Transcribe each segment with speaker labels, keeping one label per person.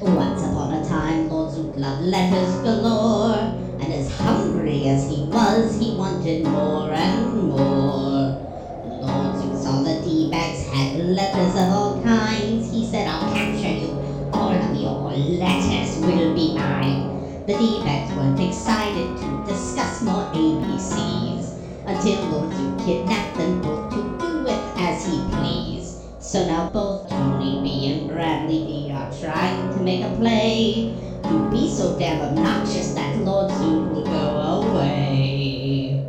Speaker 1: Once upon a time, Lord Zootland letters galore, and as hungry as he was, he wanted more and more. Lord Zoot saw the D-backs had letters of all kinds. He said, I'll capture you. All of your letters will be mine. The D-backs weren't excited to discuss more ABCs until Lord Zoot kidnapped them both to do with as he pleased. So now both Tony B and Bradley B are trying to make a play to be so damn obnoxious that Lord Zoot will go away.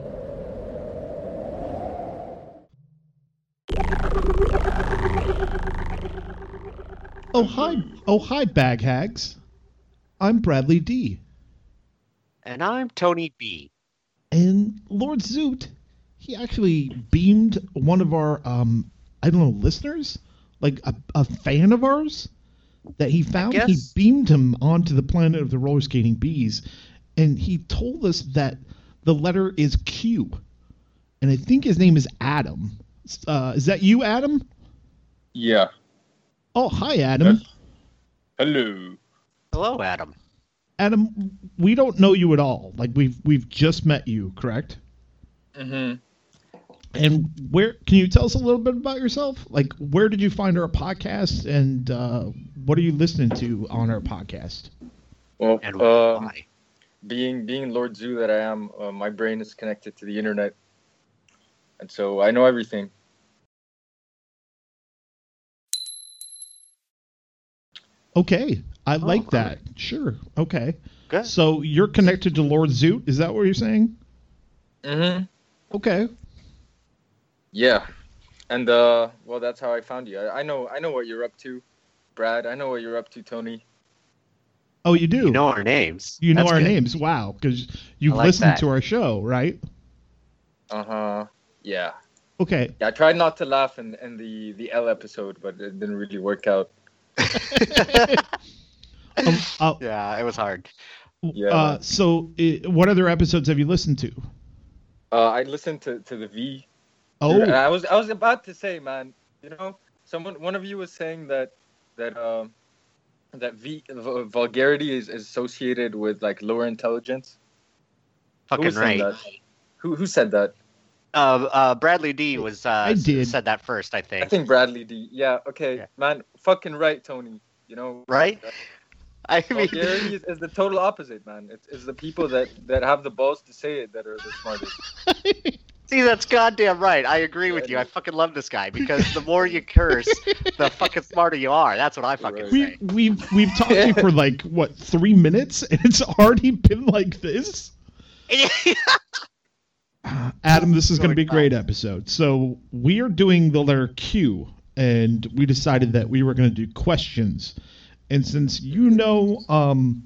Speaker 2: Oh hi, oh hi, bag hags. I'm Bradley D.
Speaker 3: And I'm Tony B.
Speaker 2: And Lord Zoot, he actually beamed one of our, um, I don't know, listeners, like a, a fan of ours that he found. He
Speaker 3: guess.
Speaker 2: beamed him onto the planet of the roller skating bees, and he told us that the letter is Q, and I think his name is Adam. Uh, is that you, Adam?
Speaker 4: Yeah.
Speaker 2: Oh, hi, Adam.
Speaker 4: Hello.
Speaker 3: Hello, Adam.
Speaker 2: Adam, we don't know you at all. Like we've we've just met you, correct?
Speaker 4: Mm-hmm.
Speaker 2: And where can you tell us a little bit about yourself? Like, where did you find our podcast, and uh, what are you listening to on our podcast?
Speaker 4: Well,
Speaker 3: And
Speaker 4: uh,
Speaker 3: why?
Speaker 4: being being Lord Zoo that I am, uh, my brain is connected to the internet, and so I know everything.
Speaker 2: Okay, I like
Speaker 3: cool.
Speaker 2: that. Oh, Sure. Okay.
Speaker 3: Good.
Speaker 2: So you're connected to Lord Zoot. Is that what you're saying?
Speaker 4: Mm-hmm.
Speaker 2: Okay.
Speaker 4: Yeah. And uh, well, that's how I found you. I, I know I know what you're up to, Brad. I know what you're up to, Tony.
Speaker 2: Oh, you do.
Speaker 3: You know our names.
Speaker 2: You know
Speaker 3: That's
Speaker 2: our
Speaker 3: good.
Speaker 2: names. Wow, because you've
Speaker 3: I like
Speaker 2: listened
Speaker 3: that.
Speaker 2: to our show, right?
Speaker 4: Uh huh. Yeah.
Speaker 2: Okay.
Speaker 4: Yeah. I tried not to laugh in, in the the L episode, but it didn't really work out.
Speaker 2: Um, uh,
Speaker 3: Yeah, it was hard.
Speaker 4: Yeah.
Speaker 2: uh, so, uh, what other episodes have you listened to?
Speaker 4: Uh, I listened to, to the V Dude, and
Speaker 2: Oh,
Speaker 4: I was I was about to say, man, you know, someone one of you was saying that that um that v, vul- vulgarity is is associated with like lower intelligence.
Speaker 3: Fucking
Speaker 4: said
Speaker 3: right.
Speaker 4: that? Who who said that?
Speaker 3: Uh, uh, Bradley D was uh,
Speaker 2: I did.
Speaker 3: said that first, I think.
Speaker 4: I think Bradley D. Yeah, okay,
Speaker 3: Yeah.
Speaker 4: man, fucking right, Tony. You know,
Speaker 3: Right? I
Speaker 4: Oh,
Speaker 3: mean,
Speaker 4: vulgarity is, is the total opposite, man. It's, it's the people that that have the balls to say it that are the smartest.
Speaker 3: see, that's goddamn right. I agree with you. I fucking love this guy because the more you curse, the fucking smarter you are. That's what I fucking
Speaker 4: Right.
Speaker 2: we
Speaker 3: say.
Speaker 2: we've we've talked to you for like what three minutes, and it's already been like this. Adam, this is going to be a great episode. So we are doing the letter Q, and we decided that we were going to do questions. And since you know um,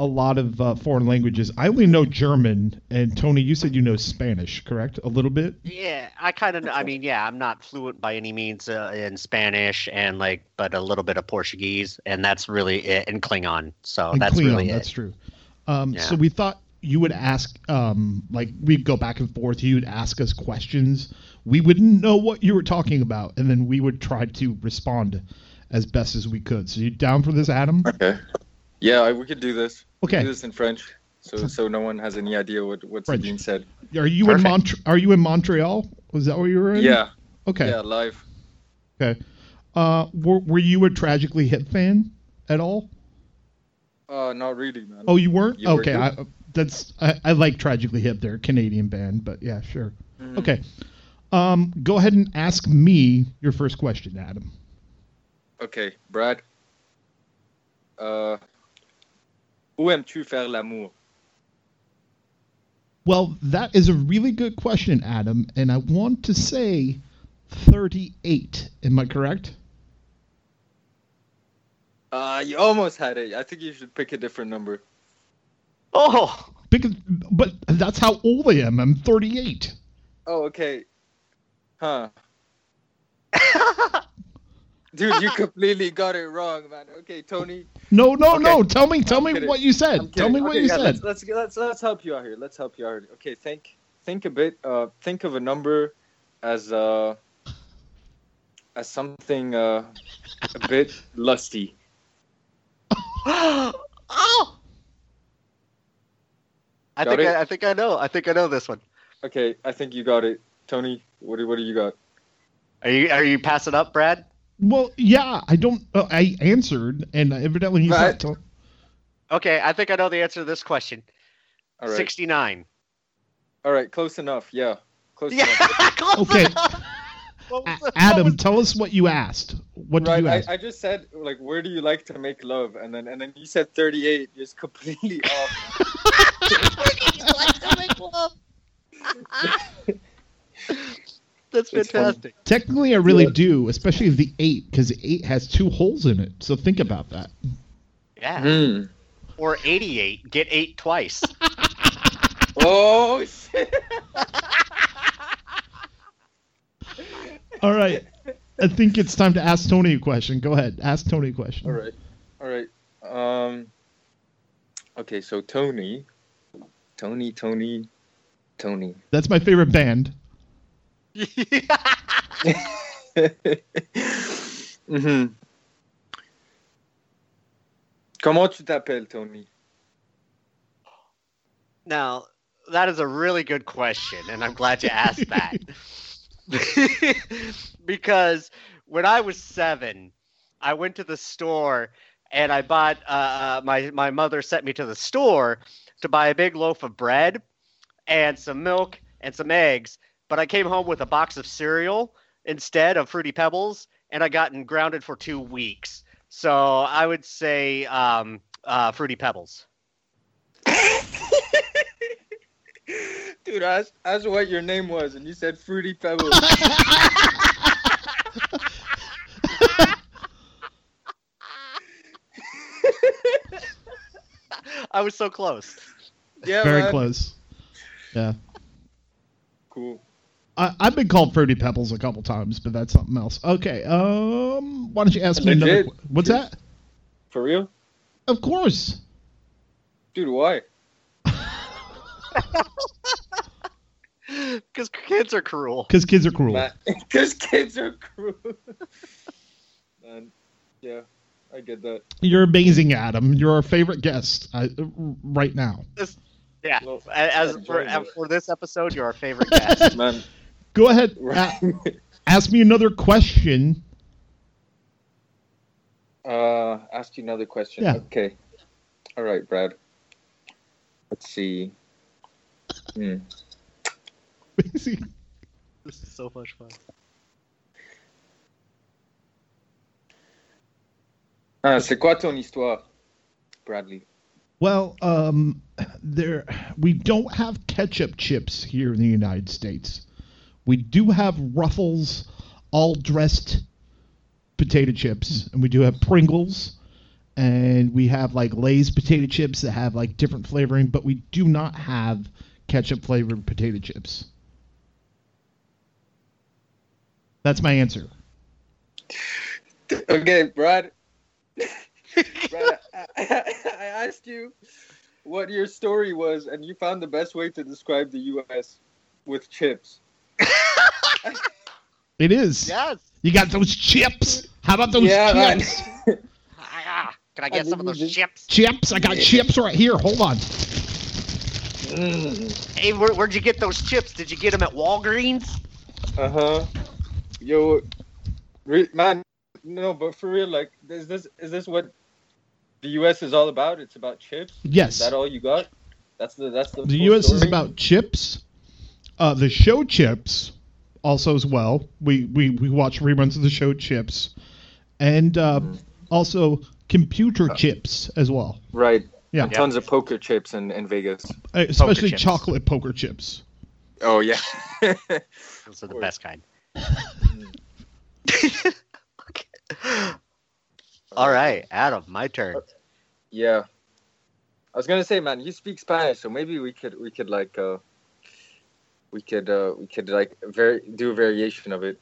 Speaker 2: a lot of uh, foreign languages, I only know German. And Tony, you said you know Spanish, correct? A little bit.
Speaker 3: yeah, I kind of. I mean, yeah, I'm not fluent by any means uh, in Spanish and like, but a little bit of Portuguese, and that's really it. And Klingon, so
Speaker 2: and
Speaker 3: Oh, that's
Speaker 2: Klingon,
Speaker 3: really
Speaker 2: that's
Speaker 3: it.
Speaker 2: true. Um, So
Speaker 3: Yeah.
Speaker 2: we thought you would ask, um, like we'd go back and forth. You'd ask us questions. We wouldn't know what you were talking about, and then we would try to respond as best as we could. So you down for this, Adam?
Speaker 4: Okay. Yeah, I, we could do this.
Speaker 2: Okay.
Speaker 4: Do this in French, so so no one has any idea what what's
Speaker 2: French.
Speaker 4: being said.
Speaker 2: Are you in
Speaker 3: Perfect.
Speaker 2: Mont- Are you in Montreal? Was that where you were in?
Speaker 4: Yeah.
Speaker 2: Okay.
Speaker 4: Yeah, live.
Speaker 2: Okay. Uh, were, were you a tragically hip fan at all?
Speaker 4: Uh, not really, man.
Speaker 2: Oh, you weren't.
Speaker 4: You were
Speaker 2: okay,
Speaker 4: too?
Speaker 2: I, that's I, I like tragically hip. They're a Canadian band, but yeah, sure.
Speaker 4: Mm.
Speaker 2: Okay, um, go ahead and ask me your first question, Adam.
Speaker 4: Okay, Brad. Euh, où aimes-tu faire l'amour?
Speaker 2: Well, that is a really good question, Adam, and I want to say thirty-eight. Am I correct?
Speaker 4: Uh, you almost had it. I think you should pick a different number.
Speaker 3: Oh,
Speaker 2: Because, but that's how old I am. I'm thirty-eight.
Speaker 4: Oh, okay. Huh. Dude, you completely got it wrong, man. Okay, Tony.
Speaker 2: No, no,
Speaker 4: Okay.
Speaker 2: no. Tell me, tell me
Speaker 4: kidding.
Speaker 2: what you
Speaker 4: I'm
Speaker 2: said. Tell
Speaker 4: kidding.
Speaker 2: me what
Speaker 4: Okay,
Speaker 2: you
Speaker 4: yeah,
Speaker 2: said.
Speaker 4: Let's, let's let's let's help you out here. Let's help you out. Here. Okay, think think a bit. Uh, think of a number as uh as something uh a bit lusty.
Speaker 3: oh! I
Speaker 4: Got
Speaker 3: think
Speaker 4: it?
Speaker 3: I, I think I know. I think I know this one.
Speaker 4: Okay, I think you got it, Tony. What do what do you got?
Speaker 3: Are you are you passing up, Brad?
Speaker 2: Well, yeah, I don't. Uh, I answered, and evidently he's
Speaker 4: Right.
Speaker 2: not. Tell-
Speaker 3: Okay, I think I know the answer to this question.
Speaker 4: All right,
Speaker 3: Sixty-nine.
Speaker 4: all right, close enough. Yeah, close
Speaker 3: Yeah,
Speaker 4: enough.
Speaker 3: close
Speaker 2: Okay.
Speaker 3: enough. What was
Speaker 2: A-
Speaker 3: the- what
Speaker 2: Adam,
Speaker 3: was-
Speaker 2: tell us what you asked. What did
Speaker 4: Right,
Speaker 2: you
Speaker 4: I,
Speaker 2: ask?
Speaker 4: I just said like, where do you like to make love, and then and then you said thirty-eight, just completely off.
Speaker 3: That's
Speaker 4: It's fun.
Speaker 3: fantastic.
Speaker 2: Technically, I really
Speaker 4: Yeah.
Speaker 2: do, especially the eight, because eight has two holes in it. So think about that.
Speaker 3: Yeah.
Speaker 4: Hmm.
Speaker 3: Or eighty-eight. Get eight twice.
Speaker 4: Oh shit!
Speaker 2: All right. I think it's time to ask Tony a question. Go ahead. Ask Tony a question.
Speaker 4: All right, all right. Um. Okay, so Tony, Tony, Tony, Tony.
Speaker 2: That's my favorite band.
Speaker 4: hmm Comment tu t'appelles, Tony?
Speaker 3: Now, that is a really good question, and I'm glad you asked that. because when I was seven, I went to the store and I bought, uh, uh, my, my mother sent me to the store to buy a big loaf of bread and some milk and some eggs. But I came home with a box of cereal instead of Fruity Pebbles, and I gotten grounded for two weeks. So I would say um, uh, Fruity Pebbles.
Speaker 4: Dude, I asked, I asked what your name was, and you said Fruity Pebbles.
Speaker 3: I was so close.
Speaker 4: yeah,
Speaker 2: Very
Speaker 4: man.
Speaker 2: close. Yeah.
Speaker 4: Cool.
Speaker 2: I, I've been called Fruity Pebbles a couple times, but that's something else. Okay. Um. Why don't you ask me another?
Speaker 4: Legit.
Speaker 2: qu- What's that?
Speaker 4: For real?
Speaker 2: Of course.
Speaker 4: Dude, why?
Speaker 3: Because kids are cruel.
Speaker 2: Because kids are cruel.
Speaker 4: Because kids are cruel. Man, yeah, I get that.
Speaker 2: You're amazing, Adam. You're our favorite guest uh, right now.
Speaker 3: Yeah.
Speaker 4: Well,
Speaker 3: A- As
Speaker 4: I'm
Speaker 3: for,
Speaker 4: enjoying
Speaker 3: as for this episode, you're our favorite guest.
Speaker 4: Man,
Speaker 2: Go ahead.
Speaker 4: right.
Speaker 2: a- ask me another question.
Speaker 4: Uh, ask you another question.
Speaker 2: Yeah.
Speaker 4: Okay. All right, Brad. Let's see. Hmm.
Speaker 3: this is so much fun.
Speaker 4: Ah, c'est quoi ton histoire, Bradley?
Speaker 2: well, um, there we don't have ketchup chips here in the United States. We do have Ruffles, all dressed potato chips, and we do have Pringles, and we have like Lay's potato chips that have like different flavoring, but we do not have ketchup flavored potato chips. That's my answer.
Speaker 4: Okay, Brad. Brad, I, I, I asked you what your story was, and you found the best way to describe the U.S. with chips.
Speaker 2: It is.
Speaker 3: Yes.
Speaker 2: You got those chips. How about those
Speaker 4: Yeah, man.
Speaker 2: chips?
Speaker 3: Ah, can I get
Speaker 4: I
Speaker 3: some of those
Speaker 4: believe it.
Speaker 3: chips?
Speaker 2: Chips. I got chips right here. Hold on.
Speaker 3: Hey, where, where'd you get those chips? Did you get them at Walgreens?
Speaker 4: Uh huh. Yo, re- man. No, but for real, like, is this is this what the U.S. is all about? It's about chips. Is
Speaker 2: Yes.
Speaker 4: that all you got? That's the that's the.
Speaker 2: The
Speaker 4: full
Speaker 2: U.S. is
Speaker 4: story?
Speaker 2: about chips. Uh, the show Chips, also as well. We we we watch reruns of the show Chips, and uh, also computer chips as well.
Speaker 4: right.
Speaker 2: Yeah.
Speaker 4: And tons of poker chips in, in Vegas.
Speaker 2: Uh, Especially
Speaker 3: chips.
Speaker 2: chocolate poker chips.
Speaker 4: Oh yeah.
Speaker 3: Those are the
Speaker 4: course.
Speaker 3: best kind. All right, Adam, my turn.
Speaker 4: yeah. I was gonna say, man, you speak Spanish, so maybe we could we could like uh we could uh we could like very do a variation of it.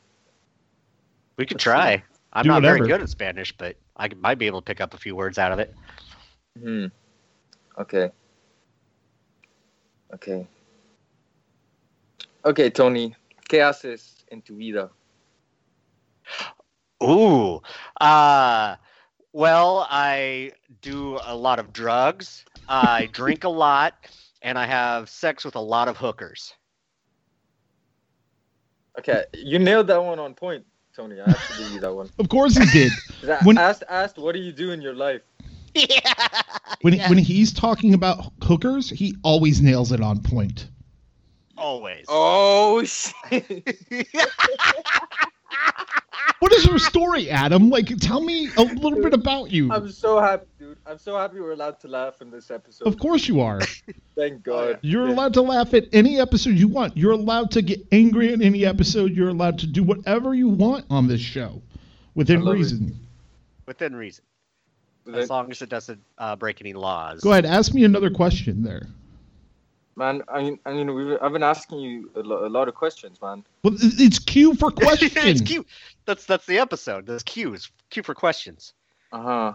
Speaker 3: We could
Speaker 4: Let's
Speaker 3: try. I'm
Speaker 2: Do
Speaker 3: not very
Speaker 2: whatever.
Speaker 3: good at Spanish, but I c- might be able to pick up a few words out of it.
Speaker 4: Hmm. Okay. Okay. Okay, Tony. ¿Qué haces en tu vida?
Speaker 3: Ooh. Uh, well, I do a lot of drugs. I drink a lot, and I have sex with a lot of hookers.
Speaker 4: Okay, you nailed that one on point, Tony. I have to give you that one.
Speaker 2: Of course he did.
Speaker 4: 'Cause I
Speaker 2: When-
Speaker 4: asked, asked, what do you do in your life?
Speaker 3: yeah.
Speaker 2: When
Speaker 3: Yeah.
Speaker 2: when he's talking about hookers, he always nails it on point.
Speaker 3: Always.
Speaker 4: Oh, shit.
Speaker 2: What is your story, Adam? Like, tell me a little bit about you.
Speaker 4: I'm so happy, dude. I'm so happy we're allowed to laugh in this episode.
Speaker 2: Of course you are.
Speaker 4: Thank God.
Speaker 2: You're
Speaker 4: Yeah.
Speaker 2: allowed to laugh at any episode you want. You're allowed to get angry at any episode. You're allowed to do whatever you want on this show,
Speaker 4: I
Speaker 2: within
Speaker 4: love it.
Speaker 2: reason.
Speaker 3: Within reason,
Speaker 4: Then-
Speaker 3: as long as it doesn't uh, break any laws.
Speaker 2: Go ahead, ask me another question there.
Speaker 4: Man, I mean, I mean, we've, I've been asking you a, lo- a lot of questions, man.
Speaker 2: Well, it- it's cue for question.
Speaker 3: it's cute. That's that's the episode. There's cues, cue for questions.
Speaker 4: Uh huh.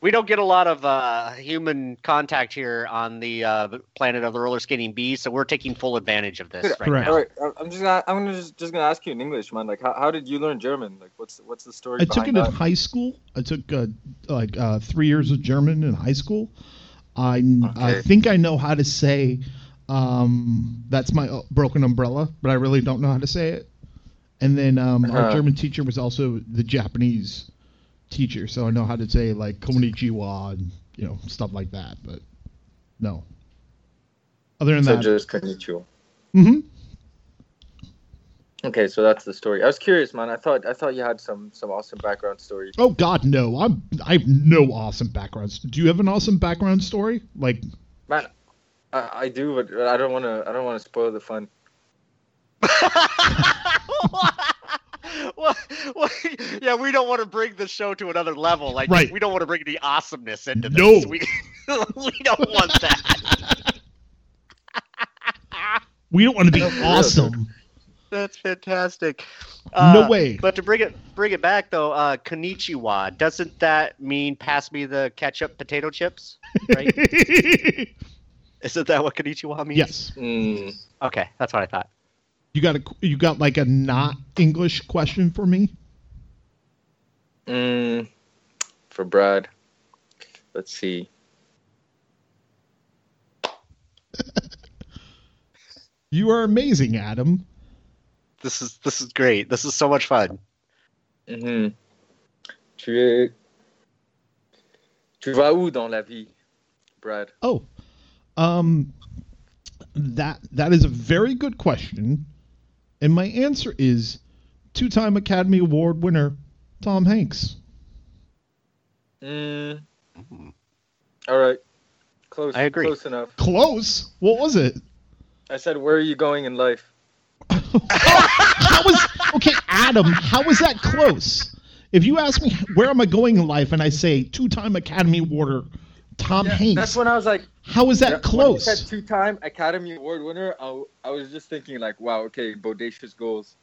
Speaker 3: We don't get a lot of uh, human contact here on the uh, planet of the roller skating bees, so we're taking full advantage of this
Speaker 4: Good.
Speaker 3: right
Speaker 2: Correct.
Speaker 4: All
Speaker 3: now.
Speaker 4: right, I- I'm just gonna, I'm gonna just, just gonna ask you in English, man. Like, how, how did you learn German? Like, what's what's the story
Speaker 2: I took
Speaker 4: behind
Speaker 2: it in
Speaker 4: that?
Speaker 2: high school. I took uh, like uh, three years of German in high school. I I
Speaker 4: Okay.
Speaker 2: think I know how to say um, that's my uh, broken umbrella, but I really don't know how to say it. And then um, our
Speaker 4: Uh-huh.
Speaker 2: German teacher was also the Japanese teacher, so I know how to say like "konnichiwa" and you know stuff like that. But no, other than
Speaker 4: so
Speaker 2: that,
Speaker 4: just konnichiwa.
Speaker 2: hmm
Speaker 4: Okay, so that's the story. I was curious, man. I thought I thought you had some some awesome background story.
Speaker 2: oh God, no, I'm I have no awesome backgrounds. Do you have an awesome background story? Like
Speaker 4: I, I do, but I don't wanna I don't wanna spoil the fun.
Speaker 3: Well, well, yeah, we don't want to bring the show to another level. Like,
Speaker 2: Right.
Speaker 3: we don't want to bring the awesomeness into
Speaker 2: No.
Speaker 3: this. We, we don't want that.
Speaker 2: we don't want to be
Speaker 4: No, for real,
Speaker 2: awesome.
Speaker 3: That's fantastic.
Speaker 2: No
Speaker 3: Uh,
Speaker 2: way.
Speaker 3: But to bring it bring it back though, uh, konnichiwa doesn't that mean pass me the ketchup potato chips? Right? Isn't that what konnichiwa means?
Speaker 2: yes.
Speaker 4: Mm.
Speaker 3: Okay, that's what I thought.
Speaker 2: You got a you got like a not English question for me?
Speaker 4: Mm. For Brad, let's see.
Speaker 2: You are amazing, Adam.
Speaker 3: This is this is great. This is so much fun.
Speaker 4: Mhm. Tu es tu vas où dans la vie, Brad?
Speaker 2: Oh. Um that that is a very good question. And my answer is two-time Academy Award winner Tom Hanks.
Speaker 4: Mm. All right. Close.
Speaker 3: I agree.
Speaker 4: Close enough.
Speaker 2: Close. What was it?
Speaker 4: I said, where are you going in life?
Speaker 2: How was Okay, Adam, how was that close? If you ask me where am I going in life and I say two-time Academy Award Tom Hanks.
Speaker 4: That's when I was like,
Speaker 2: How is Um, that
Speaker 4: yeah,
Speaker 2: close?
Speaker 4: When you said two-time Academy Award winner. I, w- I was just thinking like, wow, okay, bodacious goals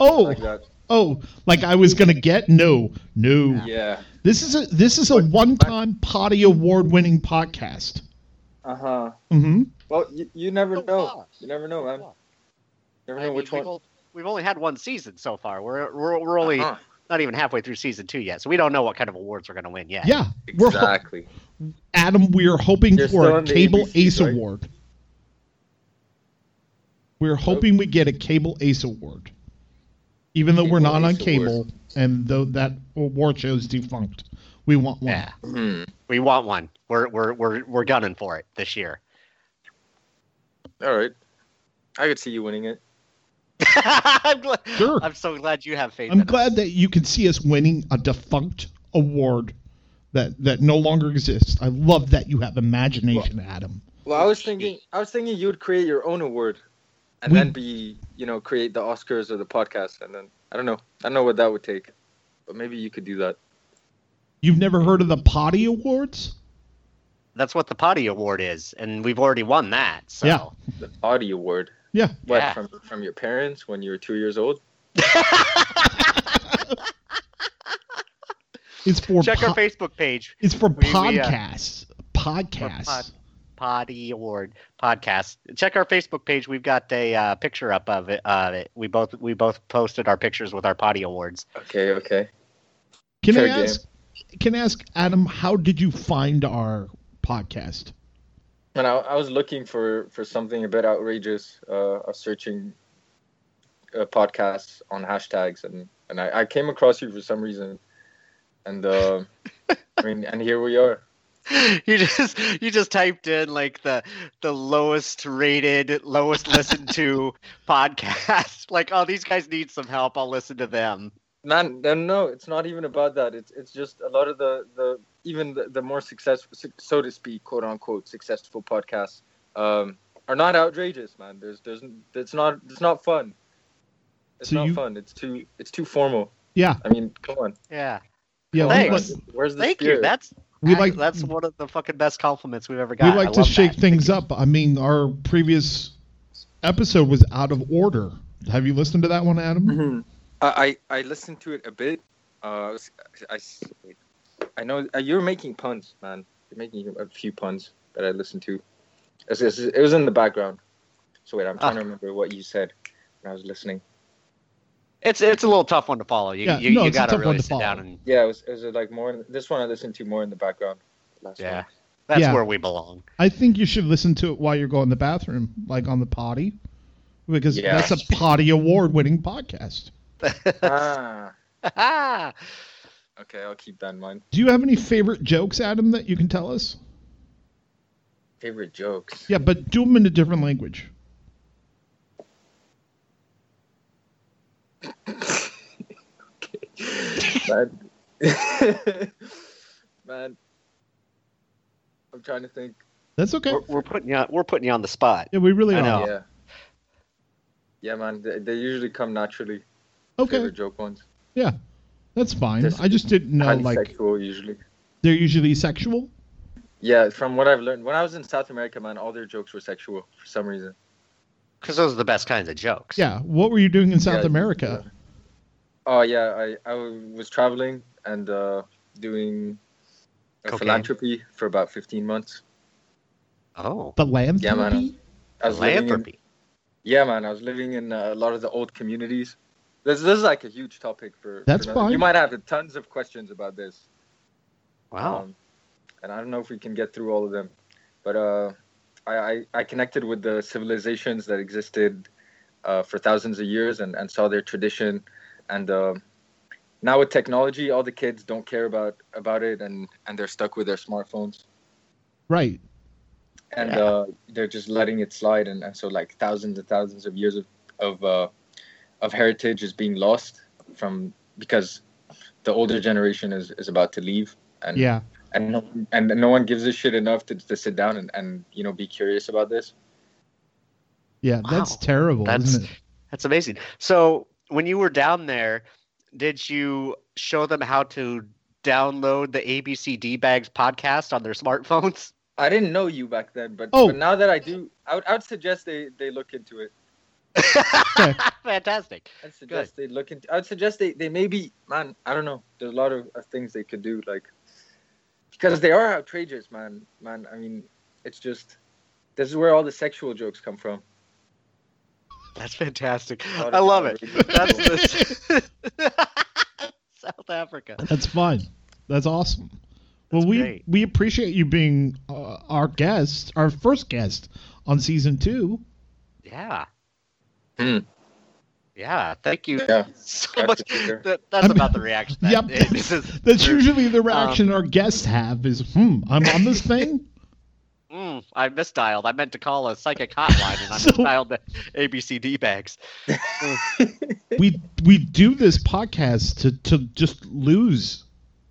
Speaker 2: oh,
Speaker 4: like that.
Speaker 2: oh, like I was gonna get no, no.
Speaker 4: Yeah.
Speaker 2: This is a this is a one-time potty award-winning podcast.
Speaker 4: Uh huh.
Speaker 2: Mm-hmm.
Speaker 4: Well, you, you never
Speaker 3: Oh,
Speaker 4: know.
Speaker 3: wow.
Speaker 4: You never know, man. You never
Speaker 3: I
Speaker 4: know
Speaker 3: mean,
Speaker 4: which
Speaker 3: we've,
Speaker 4: one.
Speaker 3: al- we've only had one season so far. We're we're, we're only
Speaker 4: Uh-huh.
Speaker 3: not even halfway through season two yet, so we don't know what kind of awards we're gonna win yet.
Speaker 2: Yeah, we're ho-
Speaker 4: Exactly.
Speaker 2: Adam. We are hoping
Speaker 4: You're still
Speaker 2: for a
Speaker 4: on the
Speaker 2: Cable
Speaker 4: ABC,
Speaker 2: Ace
Speaker 4: right?
Speaker 2: Award. We're hoping we get a Cable Ace Award, even though we're
Speaker 4: Cable
Speaker 2: not on
Speaker 4: Ace
Speaker 2: cable,
Speaker 4: Award.
Speaker 2: and though that award show is defunct, we want one.
Speaker 3: Yeah.
Speaker 4: Hmm.
Speaker 3: We want one. We're we're we're we're gunning for it this year.
Speaker 4: All right. I could see you winning it.
Speaker 3: I'm, glad,
Speaker 2: Sure.
Speaker 3: I'm so glad you have faith.
Speaker 2: I'm
Speaker 3: in
Speaker 2: glad
Speaker 3: us.
Speaker 2: that you can see us winning a defunct award that that no longer exists. I love that you have imagination, Adam.
Speaker 4: Well, I was thinking, I was thinking you would create your own award, and
Speaker 2: We-
Speaker 4: then be, you know, create the Oscars or the podcast, and then I don't know, I don't know what that would take, but maybe you could do that.
Speaker 2: You've never heard of the Potty Awards?
Speaker 3: that's what the potty award is, and we've already won that. So.
Speaker 2: Yeah.
Speaker 4: The Audi Award.
Speaker 2: Yeah.
Speaker 4: What
Speaker 3: Yeah.
Speaker 4: from from your parents when you were two years old?
Speaker 2: It's for
Speaker 3: Check our
Speaker 2: po-
Speaker 3: Facebook page
Speaker 2: It's for
Speaker 3: we, uh,
Speaker 2: podcasts. podcasts.
Speaker 3: pod- Poddy Award podcast. Check our Facebook page. We've got a uh, picture up of it. Uh, it. We both we both posted our pictures with our potty awards.
Speaker 4: Okay, okay.
Speaker 2: can I
Speaker 4: fair game.
Speaker 2: ask? Can I ask Adam? How did you find our podcast?
Speaker 4: And I, I was looking for for something a bit outrageous. Uh, I was searching uh, podcasts on hashtags, and and I, I came across you for some reason. And uh, I mean, and here we are.
Speaker 3: You just you just typed in like the the lowest rated, lowest listened to podcast. Like, oh, these guys need some help. I'll listen to them.
Speaker 4: Man, no, no, it's not even about that. It's it's just a lot of the the even the, the more successful, su- so to speak, quote unquote, successful podcasts um, are not outrageous, man. There's there's it's not it's not fun. It's
Speaker 2: So
Speaker 4: not
Speaker 2: you-
Speaker 4: fun. It's too it's too formal.
Speaker 2: Yeah.
Speaker 4: I mean, come on.
Speaker 3: Yeah,
Speaker 2: Yeah, we
Speaker 3: Thanks.
Speaker 2: like-
Speaker 4: Where's the
Speaker 3: thank
Speaker 4: spirit?
Speaker 3: you. That's
Speaker 2: we like
Speaker 3: that's one of the fucking best compliments we've ever
Speaker 2: we
Speaker 3: got. I
Speaker 2: like to
Speaker 3: love
Speaker 2: shake
Speaker 3: that.
Speaker 2: things up. I mean, our previous episode was out of order. Have you listened to that one,
Speaker 3: Mm-hmm.
Speaker 2: Adam?
Speaker 4: I, I I listened to it a bit. Uh, I, I- I know uh, you're making puns, man. You're making a few puns that I listened to. It's- it's- It was in the background. So wait, I'm trying
Speaker 3: Ah.
Speaker 4: to remember what you said when I was listening.
Speaker 3: It's it's a little tough one to follow. You
Speaker 2: Yeah,
Speaker 3: you,
Speaker 2: no,
Speaker 3: you
Speaker 2: it's a tough
Speaker 3: gotta
Speaker 2: one
Speaker 3: really
Speaker 2: to
Speaker 3: sit
Speaker 2: follow.
Speaker 3: down and
Speaker 4: Yeah, it was, it was uh, like more. In, this one I listened to more in the background. Last
Speaker 3: Yeah.
Speaker 4: one.
Speaker 3: that's
Speaker 2: Yeah.
Speaker 3: where we belong.
Speaker 2: I think you should listen to it while you're going to the bathroom, like on the potty, because
Speaker 4: Yeah.
Speaker 2: that's a potty award-winning podcast.
Speaker 4: ah,
Speaker 3: Ah,
Speaker 4: okay, I'll keep that in mind.
Speaker 2: Do you have any favorite jokes, Adam, that you can tell us?
Speaker 4: Favorite jokes.
Speaker 2: Yeah, but do them in a different language.
Speaker 4: man. man. I'm trying to think.
Speaker 2: That's okay.
Speaker 3: we're, we're putting you on, we're putting you on the spot.
Speaker 2: Yeah, we really
Speaker 3: I
Speaker 2: are.
Speaker 3: know.
Speaker 4: Yeah. Yeah, man. They, they usually come naturally.
Speaker 2: Okay,
Speaker 4: Favorite joke ones.
Speaker 2: that's fine.
Speaker 4: Just
Speaker 2: I just didn't know,
Speaker 4: Highly
Speaker 2: like,
Speaker 4: sexual usually.
Speaker 2: they're usually sexual.
Speaker 4: Yeah, from what I've learned, when I was in South America, man, all their jokes were sexual for some reason.
Speaker 3: Because those are the best kinds of jokes.
Speaker 2: Yeah, what were you doing in South
Speaker 4: Yeah,
Speaker 2: America?
Speaker 4: yeah. Oh yeah, I I was traveling and uh, doing uh,
Speaker 3: Cocaine.
Speaker 4: philanthropy for about 15 months.
Speaker 3: Oh,
Speaker 2: Philanthropy?
Speaker 4: Yeah, man. I was living in-
Speaker 3: philanthropy.
Speaker 4: yeah, man. I was living in uh, a lot of the old communities. This, this is like a huge topic for. for
Speaker 2: That's
Speaker 4: another-
Speaker 2: fine.
Speaker 4: You might have tons of questions about this.
Speaker 3: Wow.
Speaker 4: Um, and I don't know if we can get through all of them, but uh, I, I, I connected with the civilizations that existed uh, for thousands of years and, and saw their tradition. And um now with technology, all the kids don't care about, about it and, and they're stuck with their smartphones.
Speaker 2: Right.
Speaker 4: And
Speaker 3: Yeah.
Speaker 4: uh, they're just letting it slide. And, and so, like, thousands and thousands of years of, of, uh, of heritage is being lost from because the older generation is, is about to leave. And
Speaker 2: Yeah.
Speaker 4: and no, and no one gives a shit enough to, to sit down and, and you know be curious about this
Speaker 2: Yeah, that's
Speaker 3: Wow.
Speaker 2: terrible,
Speaker 3: That's-
Speaker 2: isn't it?
Speaker 3: That's amazing. So when you were down there, did you show them how to download the ABC D Bags podcast on their smartphones?
Speaker 4: i didn't know you back then but,
Speaker 2: Oh.
Speaker 4: but now that i do I would, I would suggest they, they look into it
Speaker 3: Fantastic.
Speaker 4: i'd suggest they look into i would suggest they, they maybe man i don't know there's a lot of, of things they could do like because they are outrageous man man i mean it's just this is where all the sexual jokes come from
Speaker 3: That's fantastic.
Speaker 4: A lot of
Speaker 3: I love it.
Speaker 4: outrageous
Speaker 3: That's
Speaker 4: jokes.
Speaker 3: the South Africa.
Speaker 2: That's fine. That's awesome. well,
Speaker 3: That's
Speaker 2: we
Speaker 3: great.
Speaker 2: we appreciate you being uh, our guest, our first guest on season two.
Speaker 3: Yeah.
Speaker 4: Hmm.
Speaker 3: Yeah. Thank you
Speaker 4: Yeah.
Speaker 3: so
Speaker 4: Glad
Speaker 3: much.
Speaker 4: to be here.
Speaker 3: That, that's
Speaker 2: I'm-
Speaker 3: about the reaction. That,
Speaker 2: Yep, that's-
Speaker 3: this is-
Speaker 2: That's
Speaker 3: we're-
Speaker 2: usually the reaction our guests have is, "Hmm, I'm on this thing."
Speaker 3: Mm, I misdialed. I meant to call a psychic hotline, and I
Speaker 2: So-
Speaker 3: misdialed the ABCD bags.
Speaker 2: we we do this podcast to to just lose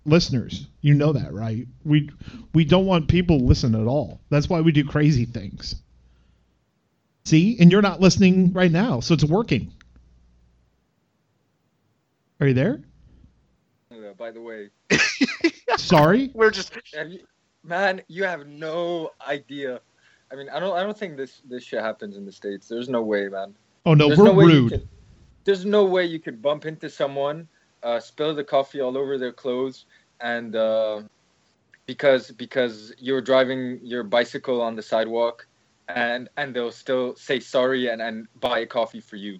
Speaker 2: listeners. You know that, right? We we don't want people to listen at all. That's why we do crazy things. See, and you're not listening right now, so it's working. Are you there?
Speaker 4: by the way
Speaker 2: Sorry.
Speaker 3: We're just
Speaker 4: Have you, man, you have no idea. I mean, I don't. I don't think this this shit happens in the states. There's no way, man.
Speaker 2: Oh no,
Speaker 4: There's
Speaker 2: we're
Speaker 4: no way you
Speaker 2: rude.
Speaker 4: could- there's no way you could bump into someone, uh, spill the coffee all over their clothes, and uh, because because you're driving your bicycle on the sidewalk, and and they'll still say sorry and and buy a coffee for you.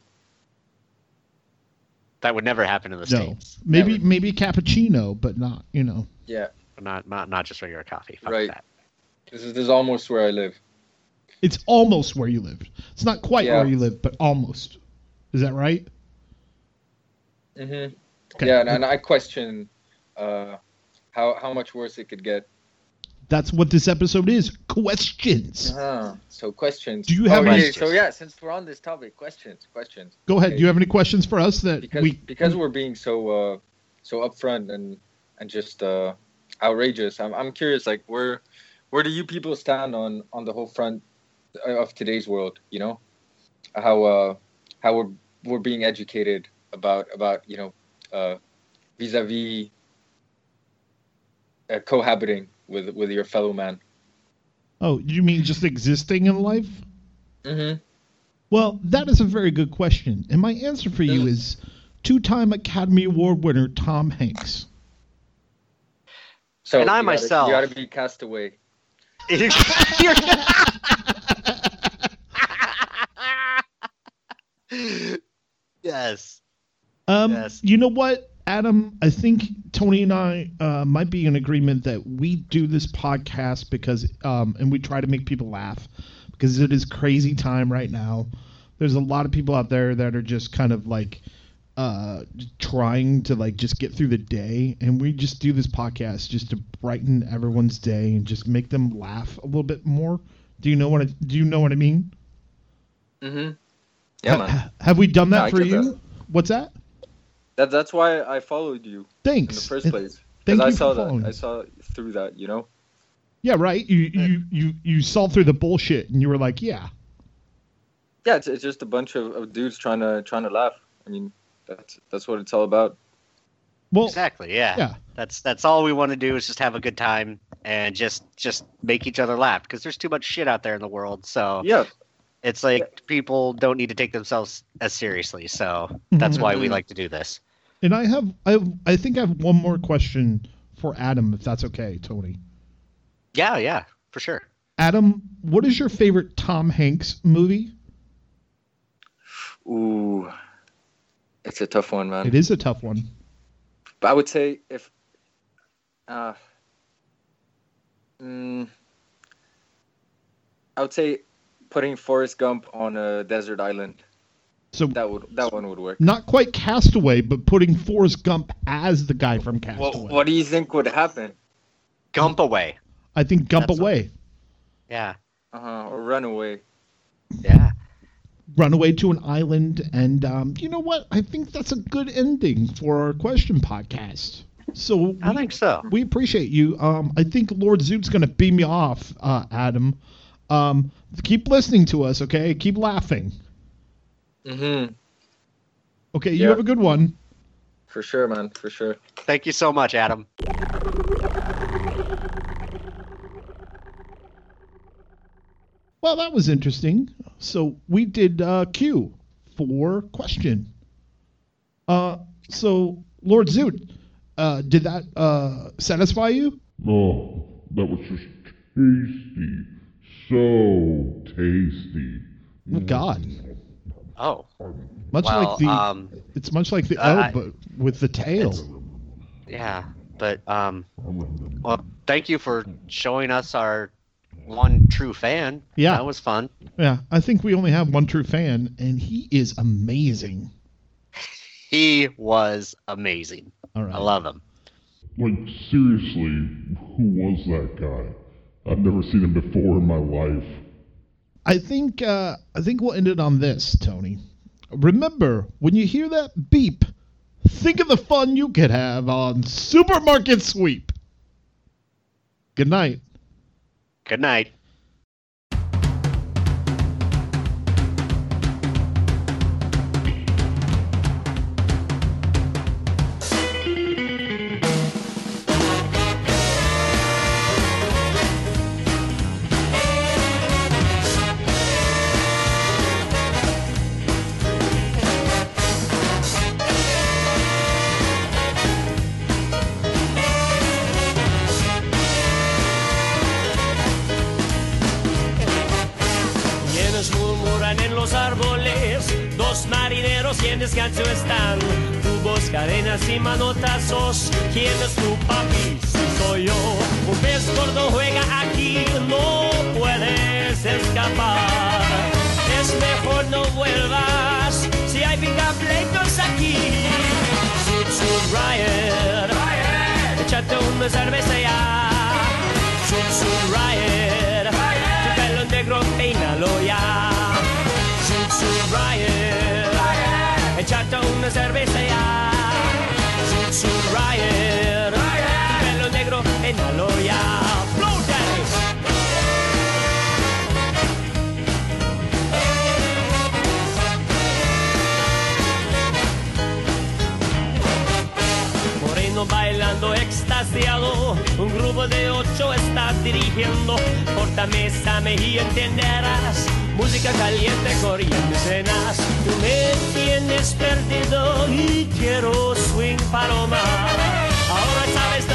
Speaker 3: That would never happen in the
Speaker 2: No,
Speaker 3: states.
Speaker 2: maybe maybe cappuccino, but not you know.
Speaker 4: Yeah,
Speaker 3: Not not not just regular coffee. Fuck
Speaker 4: Right.
Speaker 3: that.
Speaker 4: this is this is almost where I live.
Speaker 2: It's almost where you lived. It's not quite
Speaker 4: Yeah.
Speaker 2: where you live, but almost. Is that right?
Speaker 4: hmm
Speaker 2: Okay.
Speaker 4: Yeah, and, and I question uh, how how much worse it could get.
Speaker 2: That's what this episode is. Questions.
Speaker 4: Uh-huh. So questions.
Speaker 2: Do you have
Speaker 4: Oh, yeah,
Speaker 3: any-
Speaker 4: So yeah, since we're on this topic, questions, questions.
Speaker 2: Go ahead.
Speaker 4: Okay.
Speaker 2: Do you have any questions for us that
Speaker 4: Because
Speaker 2: we
Speaker 4: because we're being so uh, so upfront and and just uh, outrageous. I'm I'm curious, like where where do you people stand on on the whole front uh, of today's world? You know, how uh, how we're we're being educated about about you know uh, vis-a-vis uh, cohabiting with with your fellow man.
Speaker 2: Oh, you mean just existing in life?
Speaker 4: Mm-hmm.
Speaker 2: Well, that is a very good question. And my answer for you is two-time Academy Award winner Tom Hanks.
Speaker 4: So
Speaker 3: And I
Speaker 4: you gotta-
Speaker 3: myself-
Speaker 4: you got to be castaway.
Speaker 3: yes.
Speaker 2: Um,
Speaker 3: Yes.
Speaker 2: You know what, Adam? I think Tony and I uh, might be in agreement that we do this podcast because, um, and we try to make people laugh because it is crazy time right now. There's a lot of people out there that are just kind of like uh, trying to like just get through the day, and we just do this podcast just to brighten everyone's day and just make them laugh a little bit more. Do you know what? I, do you know what I mean?
Speaker 4: Mm-hmm. Yeah, man.
Speaker 2: Ha- have we done
Speaker 4: Yeah,
Speaker 2: that
Speaker 4: I
Speaker 2: for
Speaker 4: get
Speaker 2: you?
Speaker 4: that.
Speaker 2: What's that?
Speaker 4: That that's why I followed you in
Speaker 2: Thanks.
Speaker 4: the first
Speaker 2: It-
Speaker 4: place.
Speaker 2: Thank
Speaker 4: Because
Speaker 2: you
Speaker 4: I
Speaker 2: for
Speaker 4: saw that.
Speaker 2: following
Speaker 4: I
Speaker 2: us.
Speaker 4: saw through that. You know.
Speaker 2: Yeah, right. You you you you saw through the bullshit, and you were like, "Yeah,
Speaker 4: Yeah, it's, it's just a bunch of, of dudes trying to trying to laugh. I mean, that's that's what it's all about.
Speaker 2: well,
Speaker 3: Exactly. Yeah.
Speaker 2: yeah,
Speaker 3: That's that's all we want to do is just have a good time and just just make each other laugh because there's too much shit out there in the world. So
Speaker 4: Yeah,
Speaker 3: it's like people don't need to take themselves as seriously. So that's why we
Speaker 4: Mhm.
Speaker 3: like to do this.
Speaker 2: And I have I have, I think I have one more question for Adam, if that's okay, Tony.
Speaker 3: Yeah. Yeah. For sure.
Speaker 2: Adam, what is your favorite Tom Hanks movie?
Speaker 4: Ooh, it's a tough one, man.
Speaker 2: It is a tough one.
Speaker 4: But I would say if, uh, mm, I would say putting Forrest Gump on a desert island.
Speaker 2: So
Speaker 4: That would that one would work.
Speaker 2: not quite Castaway, but putting Forrest Gump as the guy from Castaway.
Speaker 4: What, what do you think would happen?
Speaker 3: Gump away.
Speaker 2: I think Gump
Speaker 3: That's
Speaker 2: away,
Speaker 3: Yeah.
Speaker 4: Uh-huh, or runaway.
Speaker 3: Yeah.
Speaker 2: run away to an island, and um, you know what? I think that's a good ending for our question podcast. So
Speaker 3: I
Speaker 2: we-
Speaker 3: think so.
Speaker 2: we appreciate you. Um, I think Lord Zoot's gonna beam you off, uh, Adam. Um, keep listening to us, okay? Keep laughing.
Speaker 4: Mm-hmm.
Speaker 2: Okay, you
Speaker 4: Yeah.
Speaker 2: have a good one.
Speaker 4: For sure, man. For sure.
Speaker 3: Thank you so much, Adam.
Speaker 2: Well, that was interesting. So we did uh, Q for question. Uh, so Lord Zoot, uh, did that uh, satisfy you?
Speaker 5: Oh, that was just tasty. So tasty.
Speaker 2: Oh, God,
Speaker 3: Oh.
Speaker 2: much
Speaker 3: Mm. well.
Speaker 2: like the
Speaker 3: um.
Speaker 2: it's much like the
Speaker 3: I-
Speaker 2: O, but with the tail.
Speaker 3: Yeah. But um. Well, thank you for showing us our one true fan.
Speaker 2: Yeah.
Speaker 3: That was fun.
Speaker 2: Yeah, I think we only have one true fan, and he is amazing.
Speaker 3: He was amazing.
Speaker 2: All right.
Speaker 3: I love him.
Speaker 5: Like, seriously, who was that guy? I've never seen him before in my life.
Speaker 2: I think uh, I think we'll end it on this, Tony. Remember, when you hear that beep, think of the fun you could have on Supermarket Sweep. Good night.
Speaker 3: Good night.
Speaker 6: Thank cuelgan en los árboles. Dos marineros y en descanso están. Tubos, cadenas y manotazos. ¿Quién es tu papi? Si soy yo. Un pez gordo juega aquí, no puedes escapar. Es mejor no vuelvas si hay vida pleitos aquí. Sub, Ryan, échate una cerveza ya. Sub, sub, Ryan, tu pelo negro peínalo ya. Sub, sub, Ryan, échate una cerveza ya. Sub, sub, Ryan, tu pelo negro peínalo ya. Blow Daddy. Moreno bailando extasiado, un grupo de ocho está dirigiendo. Portamesa me y entenderás. Música caliente corriendo escenas. Tú me tienes perdido y quiero swing paloma. Ahora sabes eh. Oh, Este Este Este